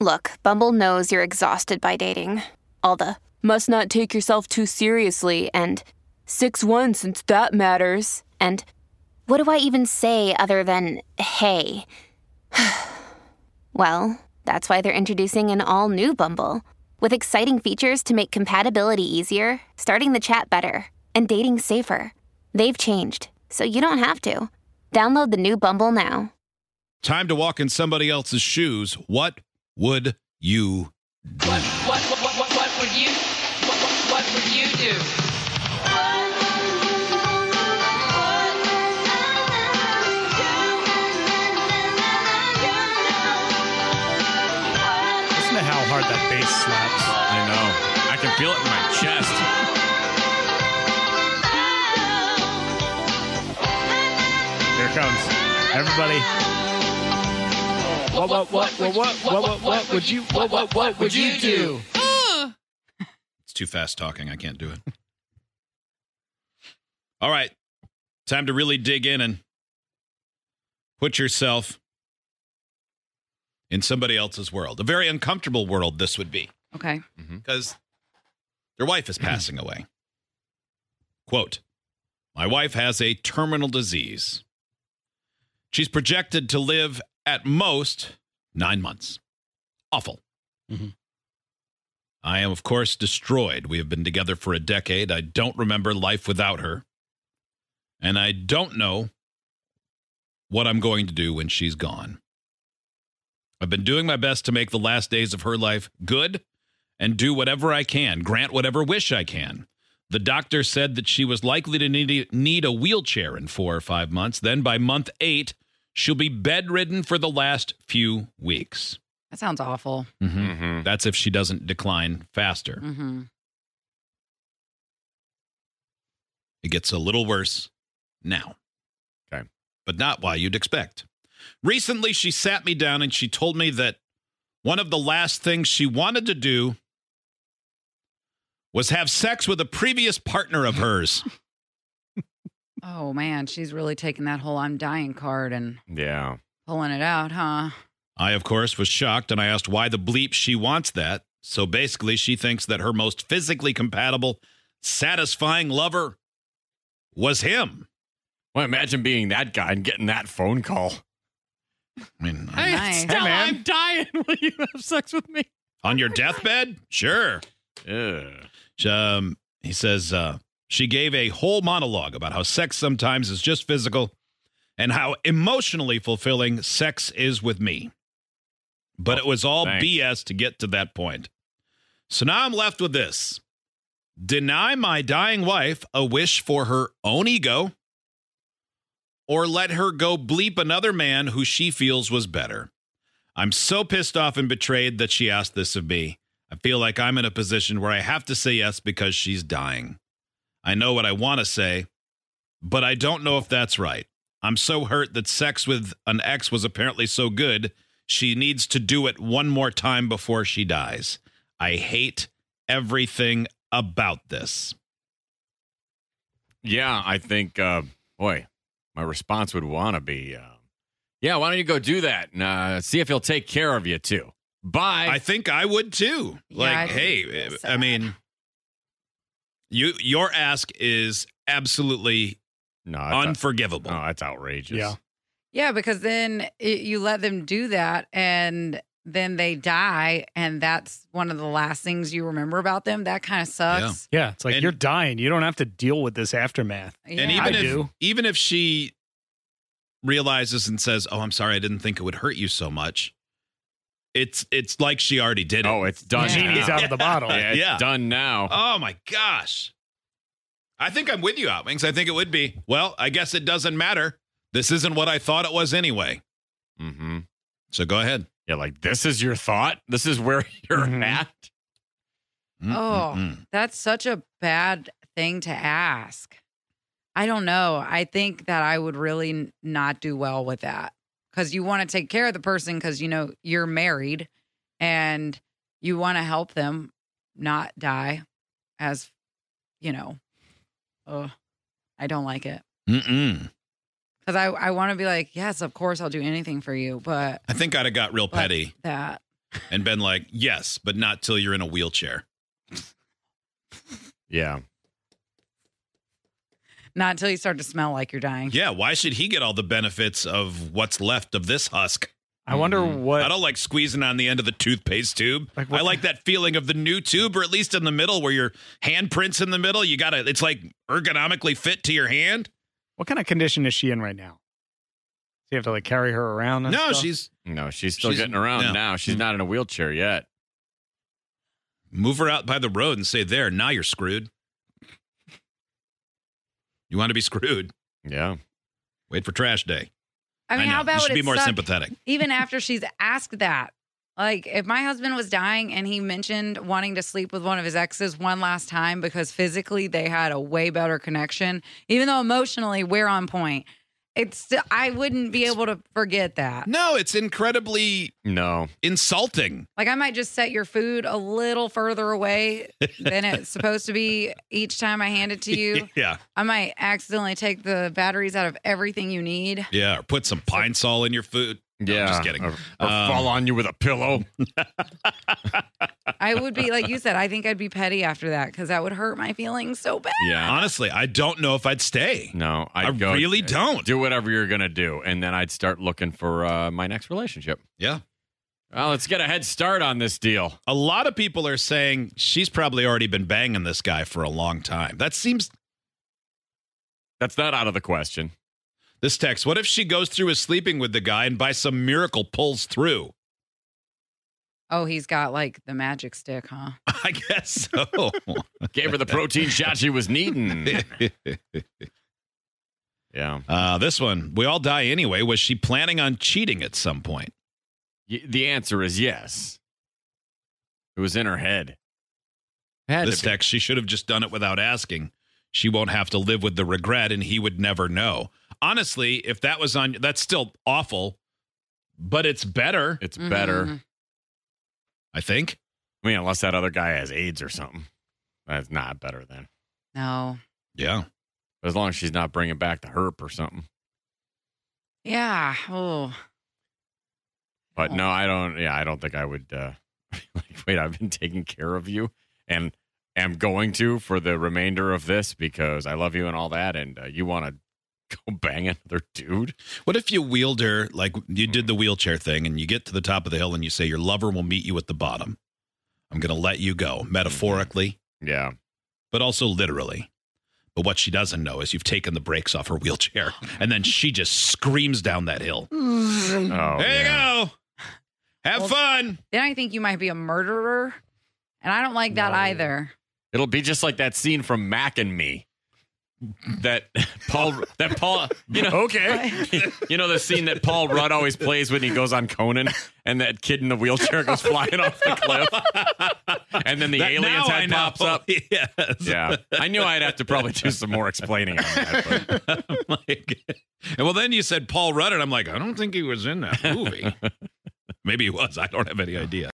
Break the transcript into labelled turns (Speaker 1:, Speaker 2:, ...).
Speaker 1: Look, Bumble knows you're exhausted by dating. All the must not take yourself too seriously and 6 1 since that matters. And what do I even say other than hey? well, that's why they're introducing an all new Bumble with exciting features to make compatibility easier, starting the chat better, and dating safer. They've changed, so you don't have to. Download the new Bumble now.
Speaker 2: Time to walk in somebody else's shoes. What would you?
Speaker 3: What, what, what, what, what, what would you, what, what, what would you do?
Speaker 4: Listen to how hard that bass slaps.
Speaker 5: I know. I can feel it in my chest.
Speaker 4: Here it comes. Everybody. What, what, what, what, what, what, what, what would you, what, what, what would you do?
Speaker 2: It's too fast talking. I can't do it. All right. Time to really dig in and put yourself in somebody else's world. A very uncomfortable world this would be
Speaker 6: Okay.
Speaker 2: because their wife is passing away. Quote My wife has a terminal disease. She's projected to live at most nine months. Awful.
Speaker 4: Mhm.
Speaker 2: I am, of course, destroyed. We have been together for a decade. I don't remember life without her. And I don't know what I'm going to do when she's gone. I've been doing my best to make the last days of her life good and do whatever I can, grant whatever wish I can. The doctor said that she was likely to need, need a wheelchair in four or five months. Then by month eight, she'll be bedridden for the last few weeks.
Speaker 6: That sounds awful.
Speaker 5: Mm-hmm.
Speaker 2: That's if she doesn't decline faster.
Speaker 6: Mm-hmm.
Speaker 2: It gets a little worse now.
Speaker 5: Okay.
Speaker 2: But not why you'd expect. Recently, she sat me down and she told me that one of the last things she wanted to do was have sex with a previous partner of hers.
Speaker 6: Oh man, she's really taking that whole "I'm dying" card and
Speaker 5: Yeah.
Speaker 6: pulling it out, huh?
Speaker 2: I, of course, was shocked and I asked why the bleep she wants that. So basically, she thinks that her most physically compatible, satisfying lover was him.
Speaker 5: Well, imagine being that guy and getting that phone call.
Speaker 2: I mean,
Speaker 6: Hey, Nice. Stella,
Speaker 5: I'm dying. Will you have sex with me?
Speaker 2: on your deathbed? Sure.
Speaker 5: Yeah.
Speaker 2: Um, he says uh, she gave a whole monologue about how sex sometimes is just physical and how emotionally fulfilling sex is with me. But it was all
Speaker 5: Thanks.
Speaker 2: BS to get to that point. So now I'm left with this deny my dying wife a wish for her own ego or let her go bleep another man who she feels was better. I'm so pissed off and betrayed that she asked this of me. I feel like I'm in a position where I have to say yes because she's dying. I know what I want to say, but I don't know if that's right. I'm so hurt that sex with an ex was apparently so good. She needs to do it one more time before she dies. I hate everything about this.
Speaker 5: Yeah, I think, uh, boy, my response would want to be, uh, yeah, why don't you go do that and uh, see if he'll take care of you too. Bye.
Speaker 2: I think I would too.
Speaker 6: Yeah,
Speaker 2: Like,
Speaker 6: I'd be
Speaker 2: hey,
Speaker 6: sad.
Speaker 2: I mean, you your ask is absolutely
Speaker 5: no, that's,
Speaker 2: unforgivable.
Speaker 5: no, that's outrageous.
Speaker 4: Yeah.
Speaker 6: Yeah, because then it, you let them do that, and then they die, and that's one of the last things you remember about them. That kind of sucks.
Speaker 4: Yeah, it's like
Speaker 2: And-
Speaker 4: you're dying. You don't have to deal with this aftermath.
Speaker 6: Yeah.
Speaker 2: And
Speaker 4: Yeah.
Speaker 2: even
Speaker 4: I
Speaker 2: if
Speaker 4: do.
Speaker 2: even if she realizes and says, "Oh, I'm sorry, I didn't think it would hurt you so much," it's it's like she already did it.
Speaker 5: Oh, it's done.
Speaker 6: Yeah.
Speaker 4: Genie's
Speaker 5: now.
Speaker 4: out of the bottle.
Speaker 5: Yeah, it's
Speaker 2: Yeah.
Speaker 5: done now.
Speaker 2: Oh my gosh! I think I'm with you, Outwings. I think it would be. Well, I guess it doesn't matter. This isn't what I thought it was anyway.
Speaker 5: Mm-hmm.
Speaker 2: So go ahead.
Speaker 5: Yeah, like this is your thought. This is where you're
Speaker 4: Mhm.
Speaker 5: at.
Speaker 2: Mm,
Speaker 6: Oh.
Speaker 2: mm, mm.
Speaker 6: That's such a bad thing to ask. I don't know. I think that I would really n- not do well with that because you want to take care of the person because you know you're married and you want to help them not die as you know. Oh, I don't like it
Speaker 2: Mm-mm.
Speaker 6: because I, I want to be like, yes, of course, I'll do anything for you, but
Speaker 2: I think I'd have got real
Speaker 6: but
Speaker 2: petty.
Speaker 6: that.
Speaker 2: and been like, yes, but not till you're in a wheelchair.
Speaker 5: Yeah.
Speaker 6: Not until you start to smell like you're dying.
Speaker 2: Yeah, why should he get all the benefits of what's left of this husk?
Speaker 7: I wonder what.
Speaker 2: Mm-hmm. I don't like squeezing on the end of the toothpaste tube.
Speaker 7: Like what-
Speaker 2: I like that feeling of the new tube, or at least in the middle where your handprint's in the middle. You gotta, it's like ergonomically fit to your hand.
Speaker 7: What kind of condition is she in right now? Do you have to like carry her around? and
Speaker 2: No,
Speaker 7: stuff?
Speaker 2: she's
Speaker 5: No, she's still
Speaker 2: She's-
Speaker 5: getting around
Speaker 2: no. Mm.
Speaker 5: now. She's not in a wheelchair yet.
Speaker 2: move her out by the road and say, there, now you're screwed. You want to be screwed.
Speaker 5: Yeah.
Speaker 2: Wait for trash day.
Speaker 6: I mean,
Speaker 2: know.
Speaker 6: how
Speaker 2: you
Speaker 6: about
Speaker 2: should
Speaker 6: would
Speaker 2: be
Speaker 6: it
Speaker 2: more
Speaker 6: suck
Speaker 2: sympathetic?
Speaker 6: even after she's asked that? Like, if my husband was dying and he mentioned wanting to sleep with one of his exes one last time because physically they had a way better connection, even though emotionally we're on point, it's still, I wouldn't be able to forget that.
Speaker 2: No, it's incredibly
Speaker 5: No.
Speaker 2: insulting.
Speaker 6: Like, I might just set your food a little further away than it's supposed to be each time I hand it to you.
Speaker 2: Yeah,
Speaker 6: I might accidentally take the batteries out of everything you need.
Speaker 2: yeah. Or put some pine sol in your food. No, I'm
Speaker 5: Yeah.
Speaker 2: just kidding.
Speaker 5: Or, or
Speaker 2: Um,
Speaker 5: fall on you with a pillow.
Speaker 6: I would be like you said. I think I'd be petty after that because that would hurt my feelings so bad.
Speaker 5: Yeah.
Speaker 2: Honestly, I don't know if I'd stay.
Speaker 5: No, I'd
Speaker 2: I
Speaker 5: go,
Speaker 2: really don't.
Speaker 5: Do whatever you're gonna do, and then I'd start looking for uh, my next relationship.
Speaker 2: Yeah.
Speaker 5: Well, let's get a head start on this deal.
Speaker 2: A lot of people are saying she's probably already been banging this guy for a long time. That seems
Speaker 5: That's not out of the question.
Speaker 2: this text. What if she goes through his sleeping with the guy and by some miracle pulls through?
Speaker 6: Oh, he's got like the magic stick, huh?
Speaker 2: I guess so.
Speaker 5: Gave her the protein shot she was needing. Yeah.
Speaker 2: uh, this one, we all die anyway. Was she planning on cheating at some point?
Speaker 5: Y- the answer is yes. It was in her head. Had
Speaker 2: This
Speaker 5: to be.
Speaker 2: text, she should have just done it without asking. She won't have to live with the regret and he would never know. Honestly, if that was on, that's still awful, but it's better,
Speaker 5: It's
Speaker 2: mm-hmm.
Speaker 5: better.
Speaker 6: Mhm.
Speaker 2: I think.
Speaker 5: I mean, unless that other guy has AIDS or something. That's not better then.
Speaker 6: No.
Speaker 2: Yeah.
Speaker 5: But as long as she's not bringing back the herp or something.
Speaker 6: Yeah. Oh.
Speaker 5: But no, I don't. Yeah, I don't think I would. Uh, like, wait, I've been taking care of you, and am going to for the remainder of this because I love you and all that, and uh, you want to go bang another dude?
Speaker 2: What if you wheeled her, like you
Speaker 5: Hmm.
Speaker 2: did the wheelchair thing, and you get to the top of the hill and you say, Your lover will meet you at the bottom. I'm going to let you go,
Speaker 5: Mm-hmm.
Speaker 2: metaphorically,
Speaker 5: Yeah,
Speaker 2: but also literally. But what she doesn't know is you've taken the brakes off her wheelchair, and then she just screams down that hill.
Speaker 5: oh,
Speaker 2: there
Speaker 5: yeah.
Speaker 2: you go. Have
Speaker 6: Well-
Speaker 2: fun.
Speaker 6: Then I think you might be a murderer, and I don't like that either.
Speaker 5: It'll be just like that scene from Mac and Me. That Paul, that Paul, you know, okay, you know the scene that Paul Rudd always plays when he goes on Conan, and that kid in the wheelchair goes flying off the cliff, and then the
Speaker 2: That- now
Speaker 5: alien's
Speaker 2: I
Speaker 5: head
Speaker 2: know.
Speaker 5: pops up.
Speaker 2: Yes.
Speaker 5: Yeah, I knew I'd have to probably do some more explaining on that. But.
Speaker 2: I'm like- and well, then you said Paul Rudd, and I'm like, I don't think he was in that movie. Maybe he was. I don't have any idea.